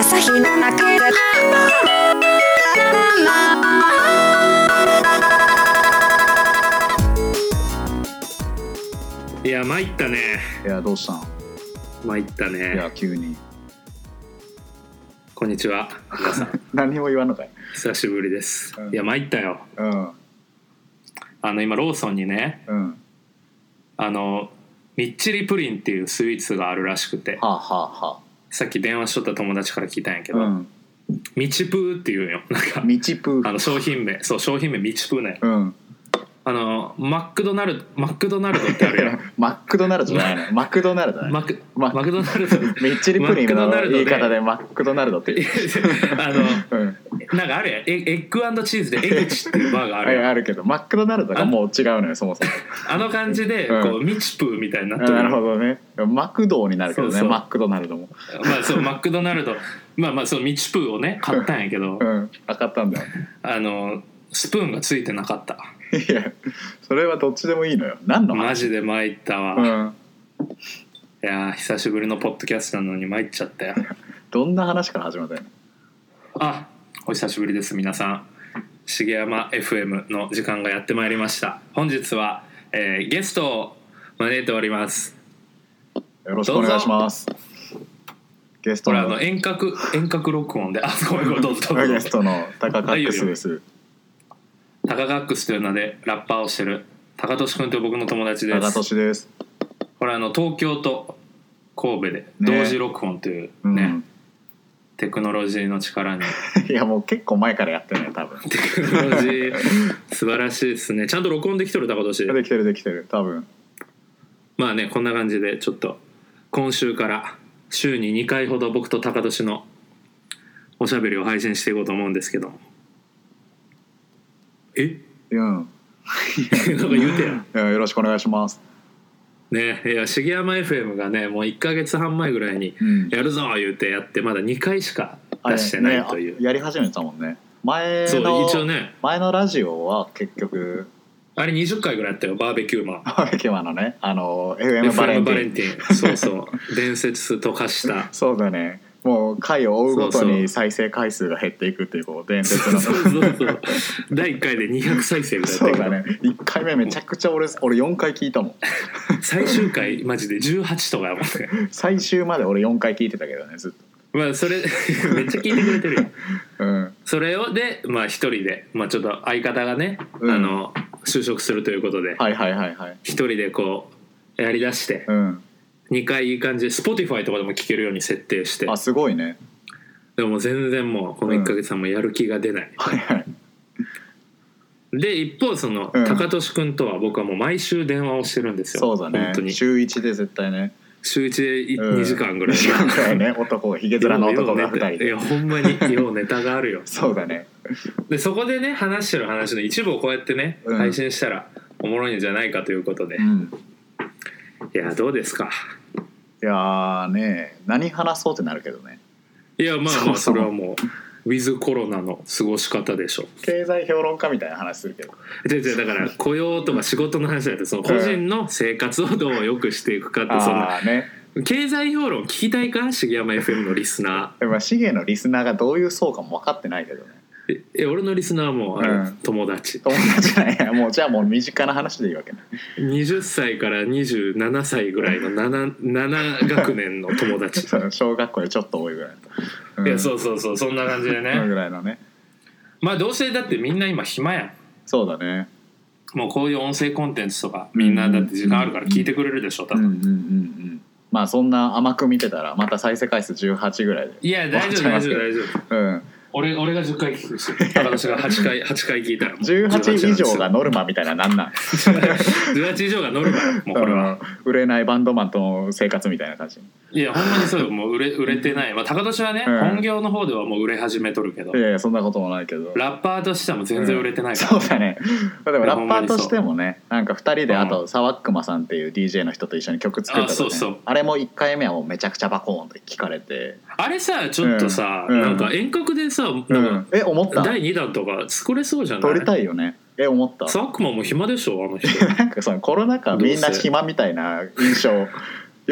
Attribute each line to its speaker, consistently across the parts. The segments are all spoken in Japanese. Speaker 1: 朝日の中で
Speaker 2: いや参ったね
Speaker 3: いやどうしたん
Speaker 2: 参った
Speaker 3: いや
Speaker 2: ね
Speaker 3: 急に
Speaker 2: こんにちは皆さん
Speaker 3: 何も言わんのかい
Speaker 2: 久しぶりです
Speaker 3: うん
Speaker 2: いや参ったよ
Speaker 3: うん
Speaker 2: あの今ローソンにね
Speaker 3: うんは
Speaker 2: あのみっちりプリンっていうスイーツがあるらしくて
Speaker 3: あはあは
Speaker 2: さっき電話しとった友達から聞いたんやけ
Speaker 3: あ
Speaker 2: ど、
Speaker 3: うん
Speaker 2: みちぷーっていうんよなんか
Speaker 3: みちぷ
Speaker 2: あの商品名そう商品名みちぷーね
Speaker 3: うん
Speaker 2: あのマクドナルドマクドナルドってあるや
Speaker 3: マックドナルドじゃ ないのマクドナルドだ
Speaker 2: ん
Speaker 3: ね
Speaker 2: マク
Speaker 3: マ
Speaker 2: マクドナルド
Speaker 3: みっちりプリン
Speaker 2: マクド
Speaker 3: の
Speaker 2: ナルド
Speaker 3: 言い
Speaker 2: で
Speaker 3: 方でマックドナルドって言う
Speaker 2: あの
Speaker 3: うん
Speaker 2: なんかあるやんエエッグチーズでエグチっていうバーがあ
Speaker 3: あ
Speaker 2: るやん
Speaker 3: あるけどマックドナルドがもう違うのよそもそも
Speaker 2: あの感じで
Speaker 3: うん
Speaker 2: こう、ミチプーみたいになって
Speaker 3: あ
Speaker 2: る
Speaker 3: なるほどねマクドーになるけどね
Speaker 2: そうそう
Speaker 3: マックドナルドも
Speaker 2: まあそうマクドナルドまあまあそうミチプーをね買ったんやけど
Speaker 3: うん分かったんだよ
Speaker 2: あのスプーンがついてなかった
Speaker 3: いやそれはどっちでもいいのよ何の
Speaker 2: マ
Speaker 3: 話
Speaker 2: ジで参ったわ、
Speaker 3: う
Speaker 2: い
Speaker 3: ん
Speaker 2: やー久しぶりのポッドキャストなのに参っちゃったよ
Speaker 3: どんな話から始まったの
Speaker 2: あお久しぶりです皆さん重山 FM の時間がやってまいりました本日は、えーゲストを招いております
Speaker 3: よろしくお願いしますゲスト
Speaker 2: これ
Speaker 3: の
Speaker 2: あの遠隔遠隔録音であごめんごめんどうぞどうぞど
Speaker 3: ゲ
Speaker 2: う
Speaker 3: ス
Speaker 2: ぞ
Speaker 3: トのタカカックスです。
Speaker 2: タカガックスという名でラッパーをしてる高俊君という僕の友達
Speaker 3: タ
Speaker 2: で
Speaker 3: カ
Speaker 2: す
Speaker 3: トシです。
Speaker 2: これあの東京と神戸で
Speaker 3: ね
Speaker 2: 同時録音という
Speaker 3: う
Speaker 2: ね
Speaker 3: ん。
Speaker 2: テクノロジーの力に
Speaker 3: いやもう結構前からやってるね多分。
Speaker 2: テクノロジー素晴らしいですねちゃんと録音できとる高年
Speaker 3: できてるできてる多分。
Speaker 2: まあねこんな感じでちょっと今週から週に2回ほど僕と高年のおしゃべりを配信していこうと思うんですけどもえ
Speaker 3: うん。
Speaker 2: なんか言うてや
Speaker 3: いやよろしくお願いします。
Speaker 2: ねいや重山 FM がねもう1か月半前ぐらいに
Speaker 3: うん。
Speaker 2: やるぞ言うてやってまだ2回しか
Speaker 3: あれ
Speaker 2: 出してないという、
Speaker 3: ねあやり始めたもんね。前
Speaker 2: そう
Speaker 3: の
Speaker 2: 一応ね
Speaker 3: 前のラジオは結局
Speaker 2: あれ20回ぐらいやったよバーベキューマン
Speaker 3: 今のねあの FM バレ
Speaker 2: FM
Speaker 3: ンテ
Speaker 2: バ
Speaker 3: ィ
Speaker 2: レ
Speaker 3: ン。
Speaker 2: ンティンそうそう 伝説溶かした
Speaker 3: そうだね。もう回を追うごと
Speaker 2: そうそう
Speaker 3: に再生回数が減っていくっていうこう伝説
Speaker 2: そう
Speaker 3: の。
Speaker 2: そうそう第1回で200再生ぐらいやった
Speaker 3: そ
Speaker 2: け
Speaker 3: う
Speaker 2: ど
Speaker 3: だね。一回目めちゃくちゃ俺俺四回聞いたもん。
Speaker 2: 最終回マジで18とかやもんね
Speaker 3: 最終まで俺四回聞いてたけどねずっ
Speaker 2: まあそれ めっちゃ聞いてくれてるよ
Speaker 3: と。うん。
Speaker 2: それをでまあ一人で、まあ、ちょっと相方がね、
Speaker 3: うん
Speaker 2: あの就職するということで
Speaker 3: はいはいはいはい。
Speaker 2: 一人でこうやりだして
Speaker 3: うん。
Speaker 2: 2回いい感じで Spotify とかでも聴けるように設定して
Speaker 3: あすごいね。
Speaker 2: でももう全然もうこの1か月はもうやる気が出ない、
Speaker 3: はいはい。
Speaker 2: で一方その、
Speaker 3: うん
Speaker 2: 高俊君とは僕はもう毎週電話をしてるんですよ
Speaker 3: そうだ
Speaker 2: 本
Speaker 3: ね
Speaker 2: 当。に
Speaker 3: 週一で絶対ね。
Speaker 2: 週1でい、
Speaker 3: うん
Speaker 2: 2時間ぐらい
Speaker 3: 2時間ぐらいね。男ひげ面の男が二人
Speaker 2: い
Speaker 3: で。
Speaker 2: やほんまにようネタがあるよ
Speaker 3: そうだね。
Speaker 2: でそこでね話してる話の一部をこうやってね、
Speaker 3: うん
Speaker 2: 配信したらおもろいんじゃないかということで、
Speaker 3: う
Speaker 2: い
Speaker 3: ん。
Speaker 2: やどうですか
Speaker 3: いやーね何話そうってなるけどね。
Speaker 2: いやまあ
Speaker 3: そ
Speaker 2: まあ
Speaker 3: もそ
Speaker 2: そ
Speaker 3: も
Speaker 2: れはもうウィズコロナの過ごし方でしょ
Speaker 3: 経済評論家みたいな話するけど。
Speaker 2: 違う違うだ から雇用とか仕事の話だとその個人の生活をどう良くしていくかってそんな
Speaker 3: ああーね。
Speaker 2: 経済評論聞きたいか重山 FM のリスナ
Speaker 3: でもシゲのリスナーがどういう層かも分かってないけどね。
Speaker 2: ーええ俺のリスナーもあ
Speaker 3: う
Speaker 2: の
Speaker 3: ん
Speaker 2: 友達、
Speaker 3: 友達じ ゃないやもうじゃあもう身近な話でいいわけね。
Speaker 2: 20歳から27歳ぐらいの 7, 7学年の友達
Speaker 3: その小学校でちょっと多いぐらいの。うん
Speaker 2: いやそうそうそうそんな感じで
Speaker 3: その
Speaker 2: ね
Speaker 3: ぐらいのね。
Speaker 2: まあどうせだってみんな今暇や
Speaker 3: そうだね。
Speaker 2: んもうこういう音声コンテンツとかみんなだって時間あるから聞いてくれるでしょ多
Speaker 3: う
Speaker 2: 分、
Speaker 3: んうんうんうん。まあそんな甘く見てたらまた再生回数18ぐらいで。
Speaker 2: いや大丈夫大丈夫大丈夫
Speaker 3: うん。俺
Speaker 2: 俺俺が10回聞くし 高田氏が8回8回聞いたらもう
Speaker 3: 18以上がノルマみたいななんなん
Speaker 2: 18以上が乗るからもうこれは
Speaker 3: 売れないバンドマンとの生活みたいな感じ
Speaker 2: いやほんまにそうよもう売れ売れてない、まあ、高田氏はね、
Speaker 3: うん
Speaker 2: 本業の方ではもう売れ始めとるけど
Speaker 3: いやいやそんなこともないけど
Speaker 2: ラッパーとしてはもう全然売れてないから、
Speaker 3: そうだねでも
Speaker 2: いや
Speaker 3: ラ
Speaker 2: ほん
Speaker 3: ッ
Speaker 2: ま
Speaker 3: パ
Speaker 2: に
Speaker 3: ー
Speaker 2: そう
Speaker 3: としてもねなんか2人で
Speaker 2: うん
Speaker 3: あと沢っくまさんっていう DJ の人と一緒に曲作った
Speaker 2: あ
Speaker 3: と
Speaker 2: そう
Speaker 3: ね
Speaker 2: そう
Speaker 3: あれも1回目はもうめちゃくちゃバコーンと聞かれて
Speaker 2: あれさちょっとさ、
Speaker 3: うん
Speaker 2: なんか遠隔でさ、
Speaker 3: う
Speaker 2: なん
Speaker 3: んえ思っ
Speaker 2: か
Speaker 3: た
Speaker 2: 第2弾とか作れそうじゃない
Speaker 3: 撮りたいよねえ思った
Speaker 2: 佐久間も暇でしょあの人
Speaker 3: なんかそのコロナ禍みんな暇みたいな印象よ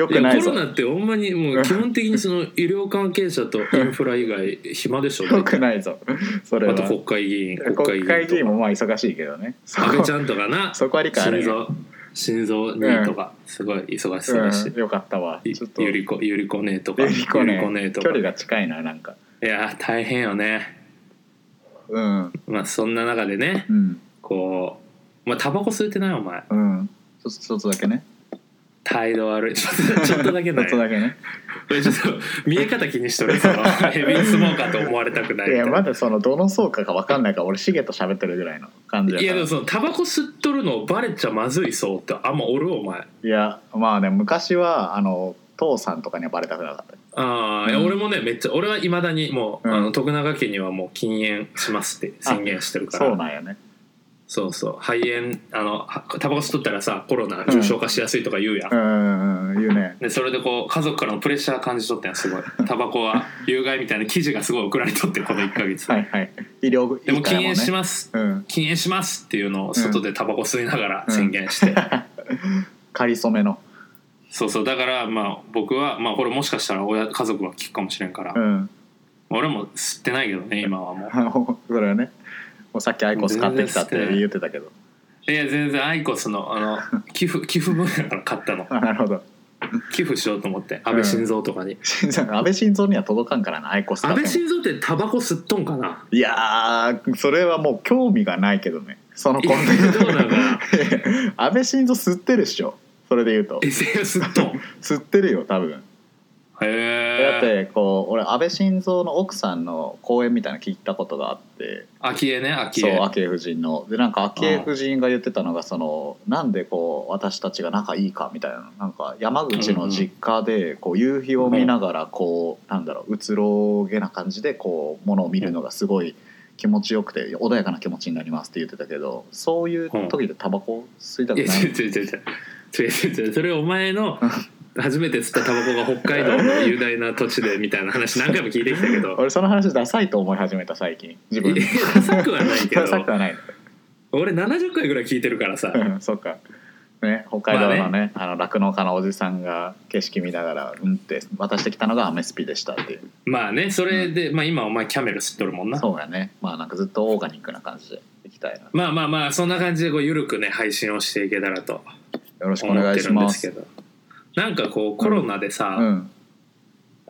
Speaker 2: い
Speaker 3: く
Speaker 2: や
Speaker 3: ない
Speaker 2: コロ
Speaker 3: ぞ
Speaker 2: ナってほんまにもう基本的にその医療関係者とインフラ以外暇でしょ
Speaker 3: よくないぞそれ
Speaker 2: あ
Speaker 3: は
Speaker 2: と国会議員
Speaker 3: 国会議員
Speaker 2: と
Speaker 3: もまあ忙しいけどねそ
Speaker 2: 安
Speaker 3: こ
Speaker 2: 倍ちゃんとかな
Speaker 3: そこは理解ある
Speaker 2: 心
Speaker 3: よ、
Speaker 2: 臓心臓2とかすごい忙しそうだし
Speaker 3: うん、よかったわ
Speaker 2: い
Speaker 3: ちょっと
Speaker 2: ゆりこゆりこねとか
Speaker 3: ゆりこね
Speaker 2: と
Speaker 3: 距
Speaker 2: か
Speaker 3: 離
Speaker 2: い
Speaker 3: が近いななんか
Speaker 2: やー大変よね
Speaker 3: うん
Speaker 2: まあそんな中でね
Speaker 3: うん
Speaker 2: こうまあタバコ吸ってないお前
Speaker 3: うんちょちょっとだけね
Speaker 2: 態度 悪いちょっとちょっとだけ
Speaker 3: ちょ
Speaker 2: な
Speaker 3: っ
Speaker 2: い
Speaker 3: とだけね
Speaker 2: 俺ちょっと見え方気にしと るそのヘビースモーカーと思われたくない
Speaker 3: い
Speaker 2: みたい
Speaker 3: や
Speaker 2: な
Speaker 3: まだそのどの層かが分かんないから俺シゲと喋ってるぐらいの感じや
Speaker 2: い
Speaker 3: か
Speaker 2: や
Speaker 3: ら
Speaker 2: でもそのタバコ吸っとるのバレちゃまずいそうってあんまおるお前
Speaker 3: いやまあね昔はあの父さんとかにはバレたくなかった
Speaker 2: ああ、いや
Speaker 3: うん
Speaker 2: 俺もねめっちゃ俺はいまだにもう、
Speaker 3: うん
Speaker 2: あの徳永家にはもう禁煙しますって宣言してるから
Speaker 3: そうなんやね
Speaker 2: そうそう肺炎あのはタバコ吸っとったらさコロナ重症化しやすいとか言うやん、
Speaker 3: うんうんうん言 うね
Speaker 2: でそれでこう家族からのプレッシャー感じとったやんすごいタバコは有害みたいな記事がすごい送られとってこの1ヶ月、
Speaker 3: はいはい医療
Speaker 2: でも禁煙し
Speaker 3: ま
Speaker 2: ます
Speaker 3: うん
Speaker 2: 禁煙しますっていうのを外でタバコ吸いながら宣言して、
Speaker 3: 仮初めの
Speaker 2: そうそうだからまあ僕はまあこれもしかしたら親家族は聞くかもしれんから、
Speaker 3: うん
Speaker 2: 俺も吸ってないけどね今はもう
Speaker 3: それはねもうさっきアイコス買ってきたって言ってたけど
Speaker 2: いや全然アイコスのあの寄付寄付分野から買ったの
Speaker 3: あなるほど
Speaker 2: 寄付しようと思って安倍晋三とかに、
Speaker 3: 心臓安倍晋三には届かんからなアイコス買
Speaker 2: 安
Speaker 3: って
Speaker 2: 倍
Speaker 3: も
Speaker 2: 晋三ってタバコ吸っとんかない
Speaker 3: やーそれはもう興味がないけどねそのコンテンツ
Speaker 2: どうなんかな
Speaker 3: 安倍晋三吸ってるっしょそれで言うと
Speaker 2: えせ吸っとん へ
Speaker 3: 吸ってるよ多分だっ
Speaker 2: え
Speaker 3: てこう俺安倍晋三の奥さんの講演みたいなの聞いたことがあって
Speaker 2: 昭恵ね昭
Speaker 3: そう
Speaker 2: 恵
Speaker 3: 昭恵夫人のでなんか昭恵夫人が言ってたのがそのなんでこう私たちが仲いいかみたいななんか山口の実家でこう夕日を見ながらこうなんだろううつろげな感じでこうものを見るのがすごい気持ちよくて穏やかな気持ちになりますって言ってたけどそういう時でタバコ吸いた
Speaker 2: い
Speaker 3: く
Speaker 2: や
Speaker 3: ない
Speaker 2: 違う違う違う違う違う違う違うそれお前の初めて吸ったタバコが北海道の雄大な土地でみたいな話何回も聞いてきたけど
Speaker 3: 俺その話ダサいと思い始めた最近自分
Speaker 2: い
Speaker 3: で
Speaker 2: やダサくはないけど
Speaker 3: ダサくはない
Speaker 2: 俺70回ぐらい聞いてるからさ
Speaker 3: うんそっか。ね、北海道
Speaker 2: ま
Speaker 3: の
Speaker 2: あ
Speaker 3: ね、あの酪農家のおじさんが景色見ながら、うんって渡してきたのがアメスピでしたっていう。
Speaker 2: まあねそれで、まあ、今お前キャメル吸っとるもんな
Speaker 3: そうやね、まあ、なんかずっとオーガニックな感じでいきたいな。
Speaker 2: まあまあまあそんな感じでこう緩くね配信をしていけたらと
Speaker 3: よろしくお
Speaker 2: 思っ
Speaker 3: 願い
Speaker 2: て
Speaker 3: し
Speaker 2: るん
Speaker 3: ま
Speaker 2: です
Speaker 3: す
Speaker 2: け。どなんかこうコロナでさ、
Speaker 3: うん、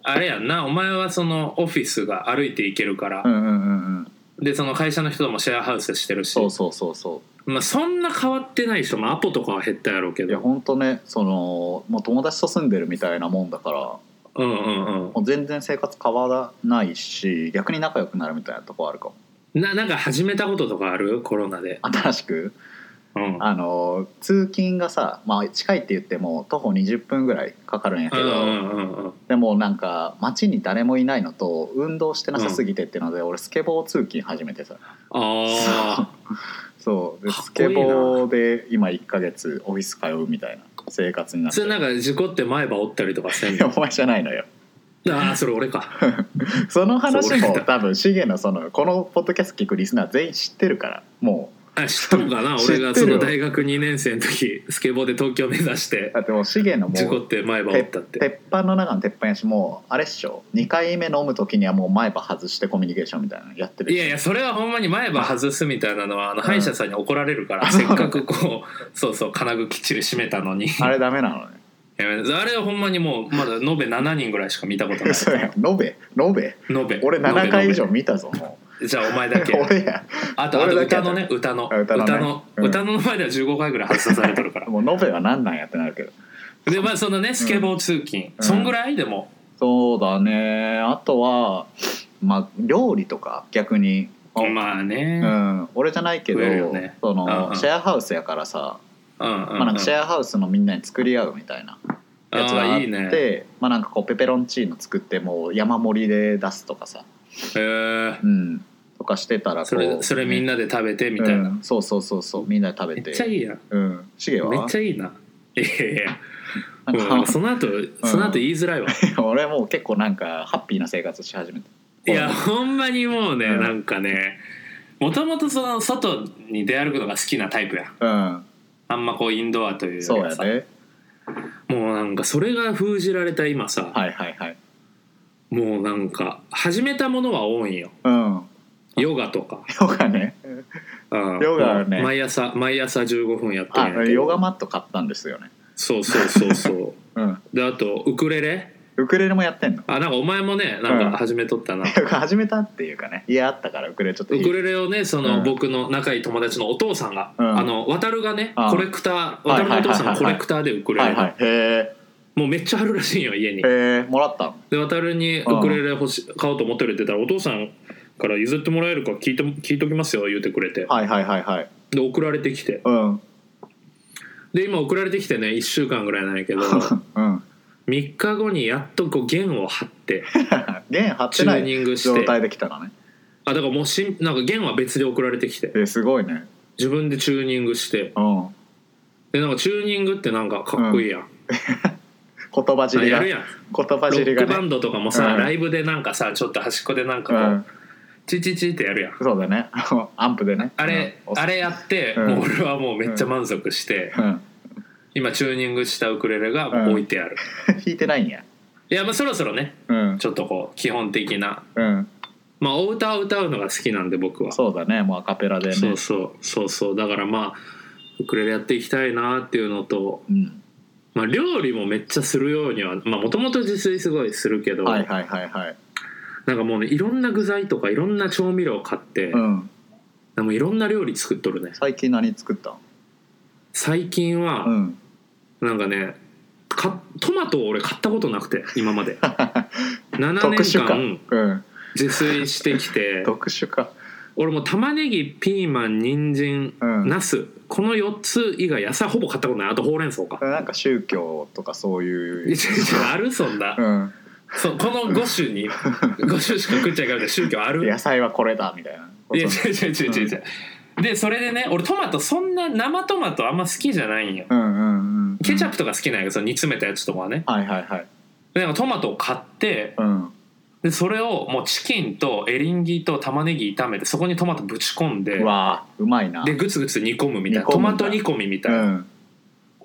Speaker 2: あれやんなお前はそのオフィスが歩いて行けるから
Speaker 3: うん、う、ん、うん、うん。
Speaker 2: でその会社の人ともシェアハウスしてるし
Speaker 3: そうそうそうそ
Speaker 2: まあ、そんな変わってないでしょ、まあ、アポとかは減ったやろうけ
Speaker 3: う。いや、
Speaker 2: ど
Speaker 3: 本当ね、その、もう友達と住んでるみたいなもんだから。
Speaker 2: うんうん
Speaker 3: もう全然生活変わらないし、逆に仲良くなるみたいなとこあるかも。
Speaker 2: うんななんか始めたこととかあるコロナで、
Speaker 3: 新しく。
Speaker 2: うん、
Speaker 3: あの通勤がさ、まあ、近いって言っても徒歩20分ぐらいかかるんやけ
Speaker 2: うん
Speaker 3: ど、
Speaker 2: うんうんうん
Speaker 3: でもなんか街に誰もいないのと運動してなさすぎてっていうので、俺スケボー通勤始めてさ
Speaker 2: あ
Speaker 3: そうで
Speaker 2: かっ
Speaker 3: ス
Speaker 2: こいい
Speaker 3: ケ
Speaker 2: な
Speaker 3: ボーで今1ヶ月オフィス通うみたいな生活にな
Speaker 2: あ
Speaker 3: って
Speaker 2: それなんか事故って前歯折ったりとかせん
Speaker 3: いや
Speaker 2: の
Speaker 3: お前じゃないのよ
Speaker 2: ああそれ俺か
Speaker 3: その
Speaker 2: そう
Speaker 3: 話
Speaker 2: 俺
Speaker 3: も
Speaker 2: だ
Speaker 3: 多分シゲのそのこのポッドキャスト聞くリスナー全員知ってるからも
Speaker 2: あ知っとんか な
Speaker 3: 知って
Speaker 2: 俺
Speaker 3: るよ
Speaker 2: がその大学2年生の時スケボーで東京目指して
Speaker 3: うだってもうシゲのも
Speaker 2: 事故っ
Speaker 3: う
Speaker 2: て前歯折
Speaker 3: て
Speaker 2: ったって
Speaker 3: 鉄板の中の鉄板やしもうあれっしょ2回目飲む時にはもう前歯外してコミュニケーションみたいなのやってる
Speaker 2: い
Speaker 3: でしょ
Speaker 2: やいやそれはほんまに前歯外すみたいなのはあの
Speaker 3: うん
Speaker 2: 歯医者さんに怒られるから、
Speaker 3: あ
Speaker 2: せっかくこうそうそう金具きっちり締めたのに
Speaker 3: あれダメなのね
Speaker 2: いやあれはほんまにも うまだ延べ7人ぐらいしか見た ことない
Speaker 3: そうや延べ延べ
Speaker 2: 延べ
Speaker 3: 俺7回以上
Speaker 2: 延
Speaker 3: 見たぞも
Speaker 2: べ延べじゃあお前
Speaker 3: う
Speaker 2: だ け
Speaker 3: 俺や
Speaker 2: あとあ
Speaker 3: 俺
Speaker 2: と
Speaker 3: だけ
Speaker 2: 歌のね歌の
Speaker 3: あ歌のね
Speaker 2: 歌の,、
Speaker 3: うん
Speaker 2: 歌の前では15回ぐらい外さされてるか ら
Speaker 3: もう延べは何なんやってなるけど
Speaker 2: でまあそのねスケボー通勤、
Speaker 3: うん
Speaker 2: そんぐらいでも
Speaker 3: そうだねあとはまあ料理とか逆に、
Speaker 2: まあ
Speaker 3: う
Speaker 2: ね、
Speaker 3: ん、俺じゃないけど、
Speaker 2: 増えるよね
Speaker 3: そ
Speaker 2: うんう
Speaker 3: の
Speaker 2: ん
Speaker 3: シェアハウスやからさ、
Speaker 2: うんうんうん
Speaker 3: まあ、なんかシェアハウスのみんなに作り合うみたいなやつがあ
Speaker 2: あー
Speaker 3: って
Speaker 2: いいね
Speaker 3: まあ、なんかこうペペロンチーノ作ってもう山盛りで出すとかさ、
Speaker 2: へー
Speaker 3: うん、とかしてたらこう
Speaker 2: それそれみん
Speaker 3: な
Speaker 2: なで食べてみたいな、
Speaker 3: そうそうそうそうみんなで食べ
Speaker 2: め
Speaker 3: て
Speaker 2: っちゃいいやん
Speaker 3: うんシゲは
Speaker 2: めっちゃいいな。いやいやいや
Speaker 3: なん
Speaker 2: もう
Speaker 3: か
Speaker 2: その後、その後言いづらいわ。
Speaker 3: 俺もう結構なんかハッピーな生活し始めた
Speaker 2: いや、ほんまにもうね、
Speaker 3: うん
Speaker 2: なんかね、もともとその外に出歩くのが好きなタイプやん。
Speaker 3: うん
Speaker 2: あんまこうインドアというより
Speaker 3: そう
Speaker 2: は
Speaker 3: や
Speaker 2: さ
Speaker 3: ね
Speaker 2: もうなんかそれが封じられた今さ、
Speaker 3: はいはいはい
Speaker 2: もうなんか始めたものは多いんよ
Speaker 3: うん
Speaker 2: ヨガとか、
Speaker 3: ヨガね
Speaker 2: うん
Speaker 3: ヨガね
Speaker 2: 毎朝毎朝15分やって
Speaker 3: あ
Speaker 2: るんやけど
Speaker 3: ヨガマット買ったんですよね
Speaker 2: そうそうそうそう
Speaker 3: うん
Speaker 2: であとウクレレ
Speaker 3: ウクレレもやってんの
Speaker 2: あなんかお前もねなんか始めとったな、
Speaker 3: 始めたっていうかね家あったからウクレレちょっと
Speaker 2: ウクレレをねその、
Speaker 3: うん
Speaker 2: 僕の仲いい友達のお父さんが、
Speaker 3: うん
Speaker 2: あの渡るがね
Speaker 3: ああ
Speaker 2: コレクター渡るのお父さんが
Speaker 3: はいは
Speaker 2: コ
Speaker 3: いはいはい
Speaker 2: レクターでウクレレ、
Speaker 3: はいはいへ
Speaker 2: もうめっちゃあるらしいよ家に
Speaker 3: えへえもらったの
Speaker 2: で渡るにウクレレ欲し買おうと思ってるって言ったらお父さんから譲ってもらえるか聞いて聞いときますよ言うてくれて
Speaker 3: はいはいはいはい
Speaker 2: で送られてきて
Speaker 3: うん
Speaker 2: で今送られてきてね1週間ぐらいなんやけ ど
Speaker 3: うん
Speaker 2: 3日後にやっとこう弦を張って
Speaker 3: 弦張って
Speaker 2: チュ
Speaker 3: な
Speaker 2: ー
Speaker 3: い
Speaker 2: ニングし
Speaker 3: 状
Speaker 2: て
Speaker 3: 態できたらね
Speaker 2: あだからもうしんなんか弦は別で送られてきて
Speaker 3: えすごいね
Speaker 2: 自分でチューニングして
Speaker 3: うん
Speaker 2: でなんかチューニングってなんかかっこいいやん、
Speaker 3: 言葉尻
Speaker 2: や
Speaker 3: が
Speaker 2: る
Speaker 3: 言
Speaker 2: やん
Speaker 3: 葉
Speaker 2: ロ
Speaker 3: 尻
Speaker 2: ックバ
Speaker 3: がね
Speaker 2: ンドとかもさ、
Speaker 3: うん
Speaker 2: ライブでなんかさちょっと端っこでなんかこう、
Speaker 3: うん
Speaker 2: チチチってやるやん
Speaker 3: そうだね アンプでね
Speaker 2: あれ、
Speaker 3: うん
Speaker 2: あれやって、
Speaker 3: うん
Speaker 2: もう俺はもうめっちゃ満足して、
Speaker 3: うん
Speaker 2: 今チューニングしたウクレレが置いてある、
Speaker 3: 弾いてないんや
Speaker 2: いやまあそろそろね
Speaker 3: うん
Speaker 2: ちょっとこう基本的な
Speaker 3: うん
Speaker 2: まあお歌を歌うのが好きなんで僕は
Speaker 3: そうだねもうアカペラでね
Speaker 2: そうそうそうそうだからまあウクレレやっていきたいなっていうのと、
Speaker 3: うん
Speaker 2: まあ、料理もめっちゃするようにはまあもともと自炊すごいするけど、
Speaker 3: はいはいはいはい
Speaker 2: なんかもうねいろんな具材とかいろんな調味料を買って、
Speaker 3: うん
Speaker 2: でもいろんな料理作っとるね
Speaker 3: 最近何作ったん
Speaker 2: 最近
Speaker 3: う
Speaker 2: は
Speaker 3: ん
Speaker 2: なんかねかトマトを俺買ったことなくて今ま で7
Speaker 3: 特
Speaker 2: 年
Speaker 3: 殊か
Speaker 2: 間
Speaker 3: うん
Speaker 2: 自炊してき て
Speaker 3: 特殊か
Speaker 2: 俺もう玉ねぎピーマン人参
Speaker 3: うん
Speaker 2: ナスこの4つ以外野菜ほぼ買ったことないあとほうれん草か
Speaker 3: なんか宗教とかそう
Speaker 2: いや違う違
Speaker 3: いう
Speaker 2: うあるそんな
Speaker 3: うん
Speaker 2: そうこの5種 に5種しか食っちゃいかんって宗教あるいや
Speaker 3: 野菜はこれだみたいなこと
Speaker 2: 違う違う違う違う違うでそれでね俺トマトそんな生トマトあんま好きじゃないんよ
Speaker 3: うんうんうん
Speaker 2: ケチャップ
Speaker 3: プ
Speaker 2: とか好きなんやけどその煮詰めたやつとかはね
Speaker 3: はいはいはい
Speaker 2: でなんかトマトを買って
Speaker 3: うん
Speaker 2: でそれをもうチキンとエリンギと玉ねぎ炒めてそこにトマトぶち込んで
Speaker 3: うわーうまいな
Speaker 2: でグツグツ煮込むみたいな
Speaker 3: 煮込
Speaker 2: ト
Speaker 3: む
Speaker 2: マ
Speaker 3: んだ
Speaker 2: ト煮込みみた
Speaker 3: う
Speaker 2: いな、
Speaker 3: ん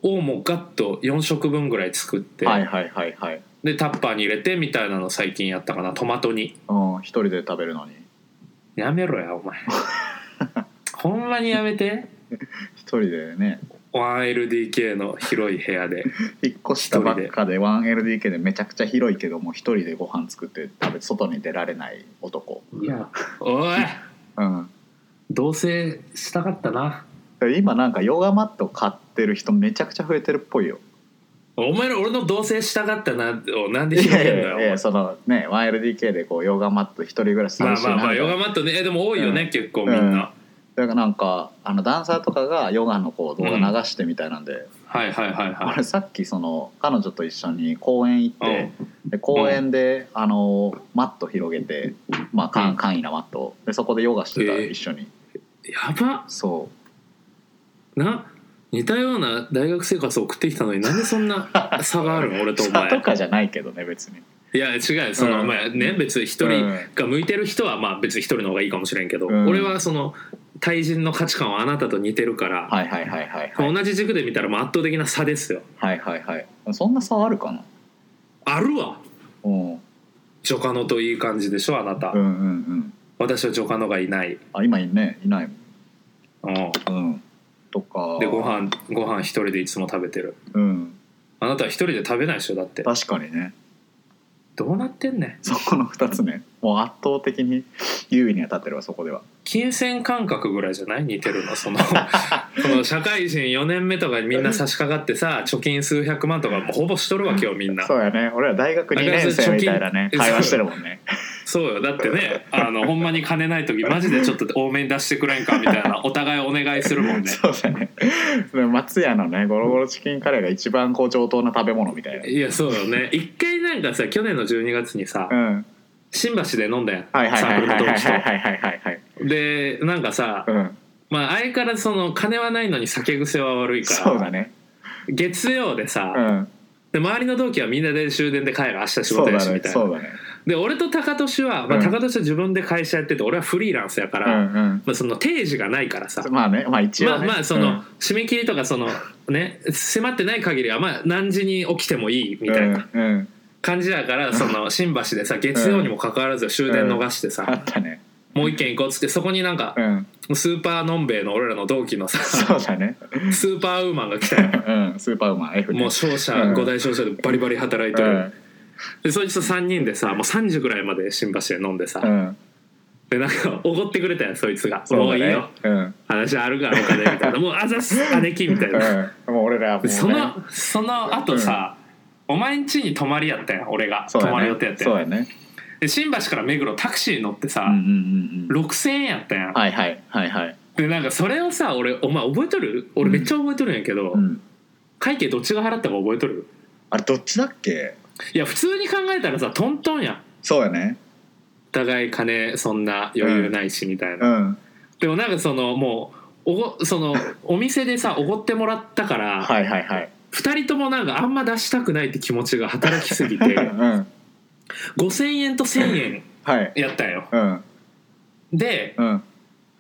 Speaker 2: をもうガッと4食分ぐらい作って、
Speaker 3: はいはいはいはい
Speaker 2: でタッパーに入れてみたいなの最近やったかなトマト煮
Speaker 3: うん一人で食べるのに
Speaker 2: やめろや お前ほんまにやめて
Speaker 3: 一人でね
Speaker 2: 1LDK の広い部屋で
Speaker 3: 引っ越したばっかで 1LDK でめちゃくちゃ広いけどもう一人でご飯作って食べて外に出られない男
Speaker 2: いやおい
Speaker 3: うん
Speaker 2: 同棲したかったな
Speaker 3: 今なんかヨガマット買ってる人めちゃくちゃ増えてるっぽいよ
Speaker 2: お前ら俺の同棲したかったなをなんで
Speaker 3: い
Speaker 2: 広
Speaker 3: や
Speaker 2: げ
Speaker 3: い
Speaker 2: んだよ
Speaker 3: やいやそのね 1LDK でこうヨガマット一人暮らし
Speaker 2: ま
Speaker 3: 寂
Speaker 2: あ
Speaker 3: しい
Speaker 2: ま
Speaker 3: な
Speaker 2: あまあ
Speaker 3: みたいな
Speaker 2: ヨガマットねえでも多いよね、
Speaker 3: う
Speaker 2: 結構みんな、
Speaker 3: うんだからなんかあのダンサーとかがヨガのこう動画
Speaker 2: うん
Speaker 3: 流してみたいなんで、
Speaker 2: はいはいはいは
Speaker 3: 俺さっきその彼女と一緒に公園行って、で公園であのマット広げて、まあ、簡簡易なマットでそこでヨガしてた、
Speaker 2: えー
Speaker 3: 一緒に
Speaker 2: いやば
Speaker 3: そ
Speaker 2: な似たような大学生活を送ってきたのになんでそん な差があるの俺
Speaker 3: う
Speaker 2: とお
Speaker 3: 下と
Speaker 2: 前
Speaker 3: かじゃないけどね別に
Speaker 2: いや違うその、
Speaker 3: うん
Speaker 2: まあね別に一人
Speaker 3: うん
Speaker 2: が向いてる人はまあ別に一人の方がいいかもしれんけど、
Speaker 3: うん
Speaker 2: 俺はその対人の価値観はあなたと似てるから、
Speaker 3: はいはいはいはいはい
Speaker 2: 同じ軸で見たらもう圧倒的な差ですよ
Speaker 3: はいはいはいそんな差あるかな、
Speaker 2: あるわ
Speaker 3: うん、うん
Speaker 2: ジョカノといい感じでしょあなた、
Speaker 3: うんうん
Speaker 2: 私はジョカノがいない、
Speaker 3: あ今いねいない
Speaker 2: うん、
Speaker 3: もんうんとか
Speaker 2: でご飯ご飯一人でいつも食べてる
Speaker 3: うん
Speaker 2: あなたは一人で食べないでしょだって
Speaker 3: 確かにね
Speaker 2: どうなってんねん
Speaker 3: そこの2つねもう圧倒的に優位には立ってるわそこでは
Speaker 2: 金銭感覚ぐらいじゃない似てるのその この社会人4年目とかにみんな差し掛かってさ貯金数百万とかもうほぼしとるわけよみんな
Speaker 3: そうやね俺ら大学2年生みたいなね
Speaker 2: だから それ貯金
Speaker 3: 会話してるもんね
Speaker 2: そうよだってねあのほんまに金ない 時マジでちょっと多めに出してくれんかみたいなお互いお願いするもんね
Speaker 3: そうだねでも松屋のねゴロゴロチキンカレーが一番こう上等な食べ物みたいない
Speaker 2: やそうよね一回なんかさ去年の12月にさ
Speaker 3: うん
Speaker 2: 新橋で飲んだやん
Speaker 3: はいはい
Speaker 2: サ
Speaker 3: は
Speaker 2: ーク
Speaker 3: い
Speaker 2: ル
Speaker 3: は
Speaker 2: の同
Speaker 3: いはい
Speaker 2: 期
Speaker 3: はいはいはいはい
Speaker 2: とでなんかさ
Speaker 3: うん
Speaker 2: まあ相変わらずその金はないのに酒癖は悪いか
Speaker 3: そうだ
Speaker 2: ら
Speaker 3: ね
Speaker 2: 月曜でさ
Speaker 3: うん
Speaker 2: で周りの同期はみんなで終電で帰る明日仕
Speaker 3: そ
Speaker 2: 事
Speaker 3: う
Speaker 2: や
Speaker 3: だ
Speaker 2: しみ
Speaker 3: ね
Speaker 2: たい
Speaker 3: そ
Speaker 2: な
Speaker 3: うだね
Speaker 2: で俺と高俊は、まあ、
Speaker 3: うん
Speaker 2: 高俊は自分で会社やってて俺はフリーランスやか
Speaker 3: う
Speaker 2: ら、
Speaker 3: ん
Speaker 2: まあ、その定時がないからさ
Speaker 3: うん、まあねまあ一
Speaker 2: ま
Speaker 3: 応
Speaker 2: あ
Speaker 3: ね、
Speaker 2: まあその締め切りとかそのね迫ってない限りはまあ何時に起きてもいいみ
Speaker 3: うん、
Speaker 2: たいな
Speaker 3: うんうん、
Speaker 2: 感じだからその新橋でさ月曜にもかかわらず終電逃して
Speaker 3: あ
Speaker 2: さ
Speaker 3: ったね
Speaker 2: もう一軒行こうっつってそこになんか
Speaker 3: うん
Speaker 2: スーパーのんべえの俺らの同期のさ
Speaker 3: そうだね
Speaker 2: スーパーウーマンが来たよ
Speaker 3: うんスーパーウーマン F ね
Speaker 2: もう商社
Speaker 3: うん
Speaker 2: 五大商社でバリバリ働いうてる
Speaker 3: ん
Speaker 2: でそいつと3人でさもう3時ぐらいまで新橋で飲んでさ
Speaker 3: うん
Speaker 2: でなんかおごってくれたよそいつが「
Speaker 3: そ
Speaker 2: も
Speaker 3: う
Speaker 2: うい
Speaker 3: だ
Speaker 2: い
Speaker 3: ね
Speaker 2: よ
Speaker 3: うん
Speaker 2: 話あるからお金」み たいな「もうあざっす姉貴」みたいな。
Speaker 3: うんもう俺らはもう、
Speaker 2: で
Speaker 3: ね、
Speaker 2: そのその後さ、お前ん家に泊まりやったやん俺が、
Speaker 3: そう
Speaker 2: 泊
Speaker 3: やね
Speaker 2: まる予定やった
Speaker 3: そう
Speaker 2: やん
Speaker 3: やね
Speaker 2: で新橋から目黒タクシーに乗ってさ、
Speaker 3: うんうんうんうん
Speaker 2: 6000円やったやん、
Speaker 3: はいはいはいはい
Speaker 2: でなんかそれをさ俺お前覚えとる俺めっちゃ覚えとるんやけど、
Speaker 3: うん
Speaker 2: 会計どっちが払ったか覚えとる
Speaker 3: あれどっちだっけ
Speaker 2: いや普通に考えたらさトントンやん
Speaker 3: そうやね
Speaker 2: お互い金そんな余裕ないしみたいな、
Speaker 3: うん
Speaker 2: でもなんかそのもうおごそのお店でさおごってもらったから、
Speaker 3: はいはいはい
Speaker 2: 2人ともなんかあんま出したくないって気持ちが働きすぎ て
Speaker 3: うん
Speaker 2: 5,000円と1,000円
Speaker 3: はい
Speaker 2: やったんよ
Speaker 3: うん
Speaker 2: で
Speaker 3: うん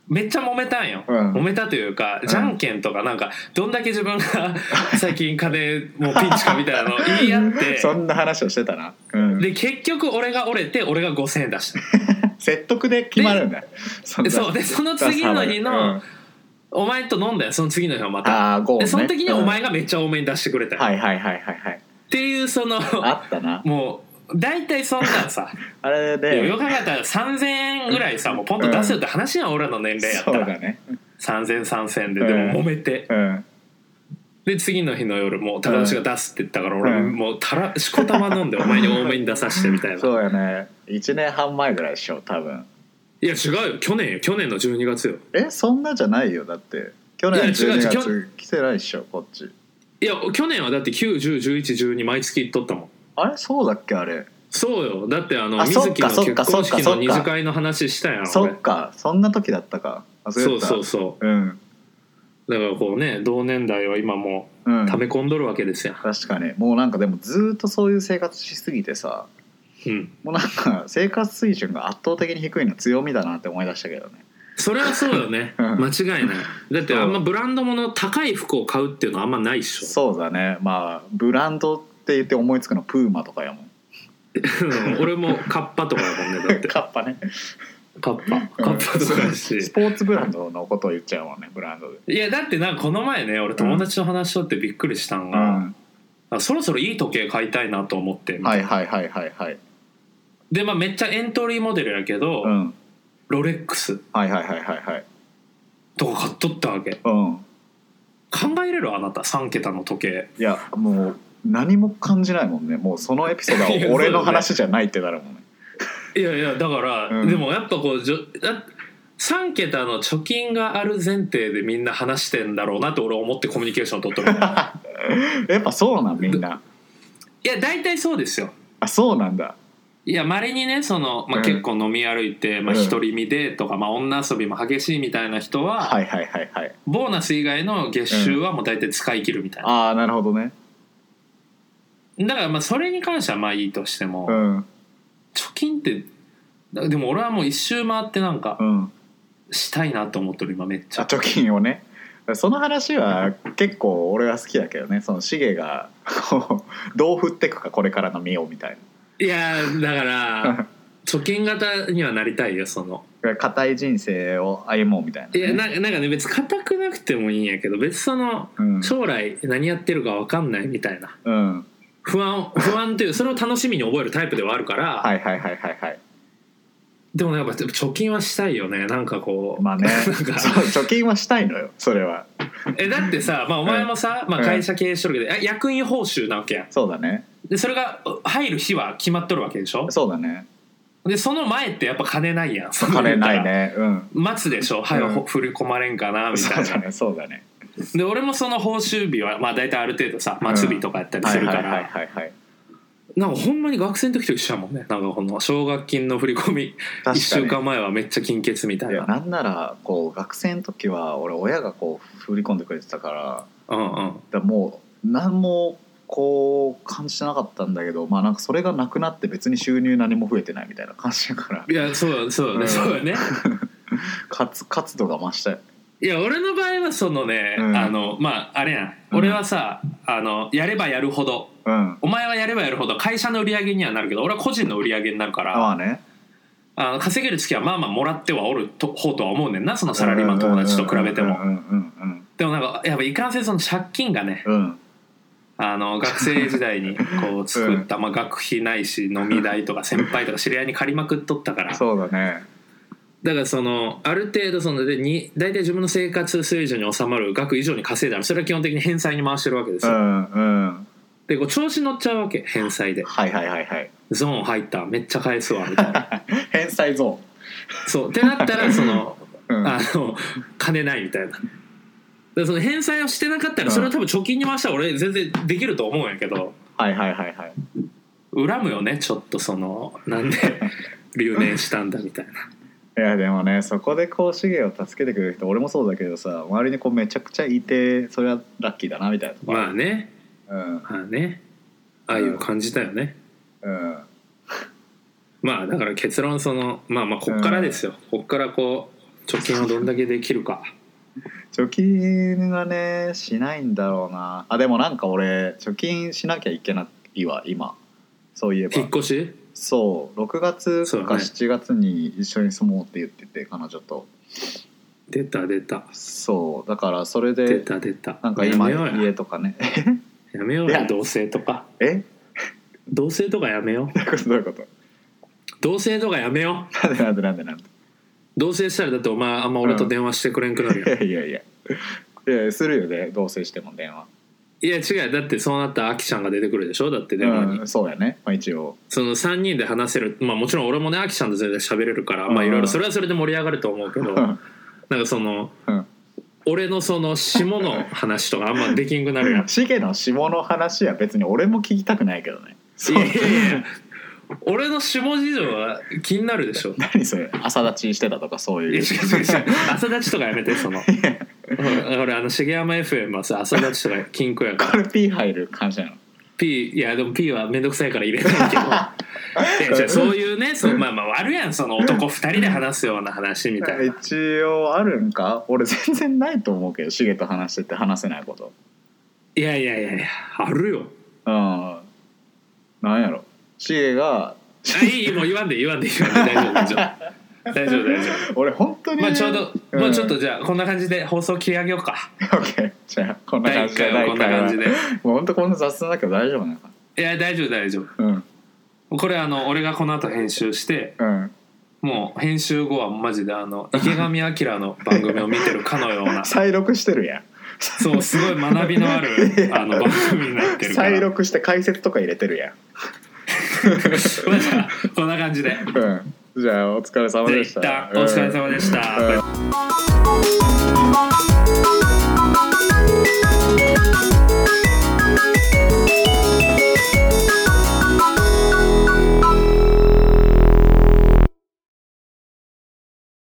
Speaker 2: めっちゃ揉めたんよ、
Speaker 3: うん
Speaker 2: 揉めたというか、
Speaker 3: ん
Speaker 2: じゃんけんとかなんかどんだけ自分が 最近金もうピンチかみたいなのを言い合っ
Speaker 3: そ
Speaker 2: て
Speaker 3: んな話をしてたな、うん、
Speaker 2: で結局俺が折れて俺が5,000円出した
Speaker 3: 説得で決まるんだよそんな
Speaker 2: そうでその次の日の、
Speaker 3: うん
Speaker 2: お前と飲んだよその次の日はまた
Speaker 3: ああゴーね
Speaker 2: でその時にお前
Speaker 3: うん
Speaker 2: がめっちゃ多めに出してくれたよ、
Speaker 3: はいはいはいはいはい
Speaker 2: っていうその
Speaker 3: あったな
Speaker 2: もう大体そんなんさ
Speaker 3: あれ
Speaker 2: いや
Speaker 3: で
Speaker 2: よく考えたら3,000円ぐらいさもうポンと出せよって話やん俺らの年齢やった
Speaker 3: そう
Speaker 2: ら
Speaker 3: だね
Speaker 2: 3,0003,000円ででも揉めて。
Speaker 3: うん
Speaker 2: で次の日の夜もう高橋が出すって言ったから俺
Speaker 3: うん
Speaker 2: もうたらしこたま飲んでお前に多めに出さしてみたいな
Speaker 3: そうやね1年半前ぐらいでしょ多分
Speaker 2: いや違うよ去年よ去年の12月よ
Speaker 3: えそんなじゃないよだって去
Speaker 2: いや
Speaker 3: 年
Speaker 2: 違う
Speaker 3: 12
Speaker 2: 違う
Speaker 3: 月来てないっしょこっち
Speaker 2: いや去年はだって9101112毎月行っとったもん
Speaker 3: あれそうだっけあれ
Speaker 2: そうよだってあの
Speaker 3: あ
Speaker 2: 水木の
Speaker 3: そっ
Speaker 2: 結
Speaker 3: かそ
Speaker 2: 婚
Speaker 3: っかそ
Speaker 2: 式
Speaker 3: っかそっ
Speaker 2: の
Speaker 3: か
Speaker 2: 二次会の話したやん
Speaker 3: そ
Speaker 2: 俺
Speaker 3: っかそんな時だったか忘れて
Speaker 2: そう
Speaker 3: た
Speaker 2: そうそう
Speaker 3: うん
Speaker 2: うだからこうね同年代は今も
Speaker 3: うん
Speaker 2: う溜め込んどるわけですやん
Speaker 3: 確かにもうなんかでもずーっとそういう生活しすぎてさ
Speaker 2: うん
Speaker 3: もうなんか生活水準が圧倒的に低いの強みだなって思い出したけどね
Speaker 2: それはそうよね
Speaker 3: うん
Speaker 2: 間違いないだってあんまブランドもの高い服を買うっていうのはあんまないっしょ
Speaker 3: そうだねまあブランドって言って思いつくのプーマとかやもん
Speaker 2: 俺もカッパとかだもんねだって
Speaker 3: カッパね
Speaker 2: カッパカッパとかだし、
Speaker 3: スポーツブランドのことを言っちゃうもんねブランドで
Speaker 2: いやだってなんかこの前ね俺友達の話しとってびっくりしたん
Speaker 3: う
Speaker 2: が、
Speaker 3: ん
Speaker 2: あそろそろいい時計買いたいなと思って、
Speaker 3: はいはいはいはいはい
Speaker 2: でまあめっちゃエントリーモデルやけど、
Speaker 3: うん
Speaker 2: ロレックス
Speaker 3: はいはいはいはいはい
Speaker 2: とか買っとったわけ
Speaker 3: うん
Speaker 2: 考えれるあなた3桁の時計
Speaker 3: いやもう何も感じないもんねもうそのエピソード
Speaker 2: いや
Speaker 3: は俺
Speaker 2: そうだ
Speaker 3: の
Speaker 2: ね
Speaker 3: 話じゃないってなるもんね
Speaker 2: いやいやだから、
Speaker 3: うん
Speaker 2: でもやっぱこうじょだ3桁の貯金がある前提でみんな話してんだろうなって俺思ってコミュニケーション取っと る
Speaker 3: やっぱそうなんみんない
Speaker 2: や大体そうですよ
Speaker 3: あそうなんだ
Speaker 2: いやまれにねその、ま
Speaker 3: う
Speaker 2: あ、
Speaker 3: ん
Speaker 2: 結構飲み歩いて、まあ、
Speaker 3: うん
Speaker 2: 独り身でとか、まあ、女遊びも激しいみたいな人は、
Speaker 3: はいはいはいはい
Speaker 2: ボーナス以外の月収はもう大体使い切るみたいな、
Speaker 3: ああなるほどね
Speaker 2: だからまあそれに関してはまあいいとしても、
Speaker 3: うん
Speaker 2: 貯金ってだでも俺はもう一周回ってなんか
Speaker 3: うん
Speaker 2: したいなと思ってる今めっち
Speaker 3: あ
Speaker 2: ゃ
Speaker 3: 貯金をねその話は結構俺は好きだけどねそのシゲがこう どう振ってくかこれからの身をみたい
Speaker 2: いやーだから貯金型にはなりたいよその
Speaker 3: な固い人生を歩もうみたい
Speaker 2: い
Speaker 3: なね、
Speaker 2: やななんかね別に硬くなくてもいいんやけど別にその
Speaker 3: うん
Speaker 2: 将来何やってるか分かんないみたいな
Speaker 3: うん、
Speaker 2: 不安不安というそれを楽しみに覚えるタイプではあるから、
Speaker 3: はいはいはいはいはい
Speaker 2: でもやっぱ貯金はしたいよねなんかこう、
Speaker 3: まあね
Speaker 2: な
Speaker 3: そうん
Speaker 2: か
Speaker 3: 貯金はしたいのよそれは
Speaker 2: えだってさ、まあ、お前もさ、まあ、
Speaker 3: うん
Speaker 2: 会社経営しとるけど、あ役員報酬なわけやん
Speaker 3: そうだね
Speaker 2: でそれがう入る日は決まっとるわけでしょ
Speaker 3: そうだね
Speaker 2: でその前ってやっぱ金ないやんその
Speaker 3: 金ない
Speaker 2: 言うたら
Speaker 3: ねうん
Speaker 2: 待つでしょ早
Speaker 3: うん
Speaker 2: く振り込まれんかなみ
Speaker 3: そ
Speaker 2: た
Speaker 3: う
Speaker 2: いな、
Speaker 3: だねそうだね
Speaker 2: で俺もその報酬日はまあ大体ある程度さ末日とかやったりするから、
Speaker 3: はいはいはいはい、はい、
Speaker 2: なんかほんまに学生の時と一緒やもんねなんかこの奨学金の振り込み
Speaker 3: 確か
Speaker 2: 1
Speaker 3: に
Speaker 2: 週間前はめっちゃ金欠みたい
Speaker 3: いや
Speaker 2: な
Speaker 3: なんならこう学生の時は俺親がこう振り込んでくれてたから
Speaker 2: うんうん
Speaker 3: だからもう何もこう感じてなかったんだけどまあなんかそれがなくなって別に収入何も増えてないみたいな感じだから
Speaker 2: いやそうだそうだね、
Speaker 3: うん
Speaker 2: そうだね
Speaker 3: 活活度が増したよ
Speaker 2: いや俺の場合はそのね、
Speaker 3: うん
Speaker 2: あのまああれやん
Speaker 3: うん
Speaker 2: 俺はさ、あのやればやるほど
Speaker 3: うん
Speaker 2: お前はやればやるほど会社の売り上げにはなるけど俺は個人の売り上げになるから、
Speaker 3: まあね
Speaker 2: あの稼げる月はまあまあもらってはおると方とは思うねんなそのサラリーマン友達と比べても
Speaker 3: うんうんうん
Speaker 2: でもなんかやっぱいかんせんその借金がね
Speaker 3: うんうん
Speaker 2: あの学生時代にこう作った、まあ、学費ないし飲み代とか先輩とか知り合いに借りまくっとったか
Speaker 3: うん
Speaker 2: ら
Speaker 3: そうだね
Speaker 2: だからそのある程度そのでに大体自分の生活水準に収まる額以上に稼いだらそれは基本的に返済に回してるわけです
Speaker 3: う
Speaker 2: よ、
Speaker 3: んうん
Speaker 2: でこう調子乗っちゃうわけ返済で
Speaker 3: はいはいはいはい
Speaker 2: ゾーン入っためっちゃ返すわみたいな
Speaker 3: 返済ゾ
Speaker 2: そうってなったらその
Speaker 3: ーンうん
Speaker 2: あの金ないみたいな。でその返済をしてなかったらそれは多分貯金に回したら俺全然できると思うんやけど
Speaker 3: はいはいはいはい
Speaker 2: 恨むよねちょっとそのなん で留年したんだみたいない
Speaker 3: やでもねそこでこう資源を助けてくれる人俺もそうだけどさ周りにこうめちゃくちゃいてそれはラッキーだなみたいなとこ
Speaker 2: まあね
Speaker 3: うん
Speaker 2: まあね愛を感じたよね
Speaker 3: うん
Speaker 2: まあだから結論そのまあまあこっからですよこっからこう貯金をどんだけできるか
Speaker 3: 貯金がねしないんだろうなあでもなんか俺貯金しなきゃいけないわ今そういえ
Speaker 2: 引っ
Speaker 3: ば
Speaker 2: 越し
Speaker 3: そう6月
Speaker 2: そう
Speaker 3: か
Speaker 2: だね
Speaker 3: 7月に一緒に住もうって言ってて彼女と
Speaker 2: 出た出た
Speaker 3: そうだからそれ
Speaker 2: 出
Speaker 3: で
Speaker 2: た出た
Speaker 3: なんか
Speaker 2: や
Speaker 3: 今
Speaker 2: めようや
Speaker 3: 家とかね
Speaker 2: やめよう
Speaker 3: いや
Speaker 2: や同棲とか
Speaker 3: え
Speaker 2: 同棲とかやめよう
Speaker 3: どういうことどういうこと
Speaker 2: 同棲とかやめよう
Speaker 3: なんでなんでなんでなんで
Speaker 2: 同棲したらだってお前あんま俺と電話してくれんくなるやん、
Speaker 3: いやいやいやいやいやするよね同棲しても電話
Speaker 2: いや違うだってそうなったらアキちゃんが出てくるでしょだって電話に、
Speaker 3: うん、そうやね、まあ、一応
Speaker 2: その3人で話せるまあもちろん俺もねアキちゃんと全然喋れるから、ま
Speaker 3: う
Speaker 2: あ
Speaker 3: ん
Speaker 2: いろいろそれはそれで盛り上がると思うけど、
Speaker 3: うん
Speaker 2: なんかその、
Speaker 3: うん
Speaker 2: 俺のその下の話とかあんまできんくな るやん
Speaker 3: シゲの下の話は別に俺も聞きたくないけどね
Speaker 2: いやいやいや俺の下事情は気になるでしょ
Speaker 3: 何それ朝立ちしてたとか そう
Speaker 2: いや
Speaker 3: い
Speaker 2: 違う
Speaker 3: う
Speaker 2: 違う違う朝立ちとかやめてその俺あの茂山 FM はさ朝立ちとか金庫や から
Speaker 3: これ P 入る感じなの
Speaker 2: P いやでも P は面倒くさいから入れないけどいやじゃあそういうねそうまあまああるやんその男2人で話すような話みたいな
Speaker 3: 一応あるんか俺全然ないと思うけどシゲと話してて話せないこと
Speaker 2: いやいやいやいやあるよ
Speaker 3: うんなんやろシゲが
Speaker 2: あいいもう言わんで言わんで言わんで大丈夫大丈夫大丈夫大丈
Speaker 3: 俺本当
Speaker 2: 夫
Speaker 3: に
Speaker 2: まあちょうど、
Speaker 3: うん
Speaker 2: まあちょっとじゃあこんな感じで放送切り上げようか
Speaker 3: OK じゃあこんな
Speaker 2: 第
Speaker 3: 感
Speaker 2: 1
Speaker 3: じで
Speaker 2: 回はこんな感じで
Speaker 3: もう本当こんな雑談だけど大丈夫なのか
Speaker 2: いや大丈夫大丈
Speaker 3: うん
Speaker 2: 夫これあの俺がこの後編集して
Speaker 3: うん
Speaker 2: もう編集後はマジであの池上彰の番組を見てるかのよう な
Speaker 3: 再録してるやん
Speaker 2: そうすごい学びのあるあの番組になってるから
Speaker 3: 再録して解説とか入れてるやん
Speaker 2: まあじ ゃあこんな感じで。
Speaker 3: うんじゃあお疲れ様
Speaker 2: じゃあ
Speaker 3: でし
Speaker 2: 一
Speaker 3: た。
Speaker 2: 旦お疲れ様でした。
Speaker 3: うん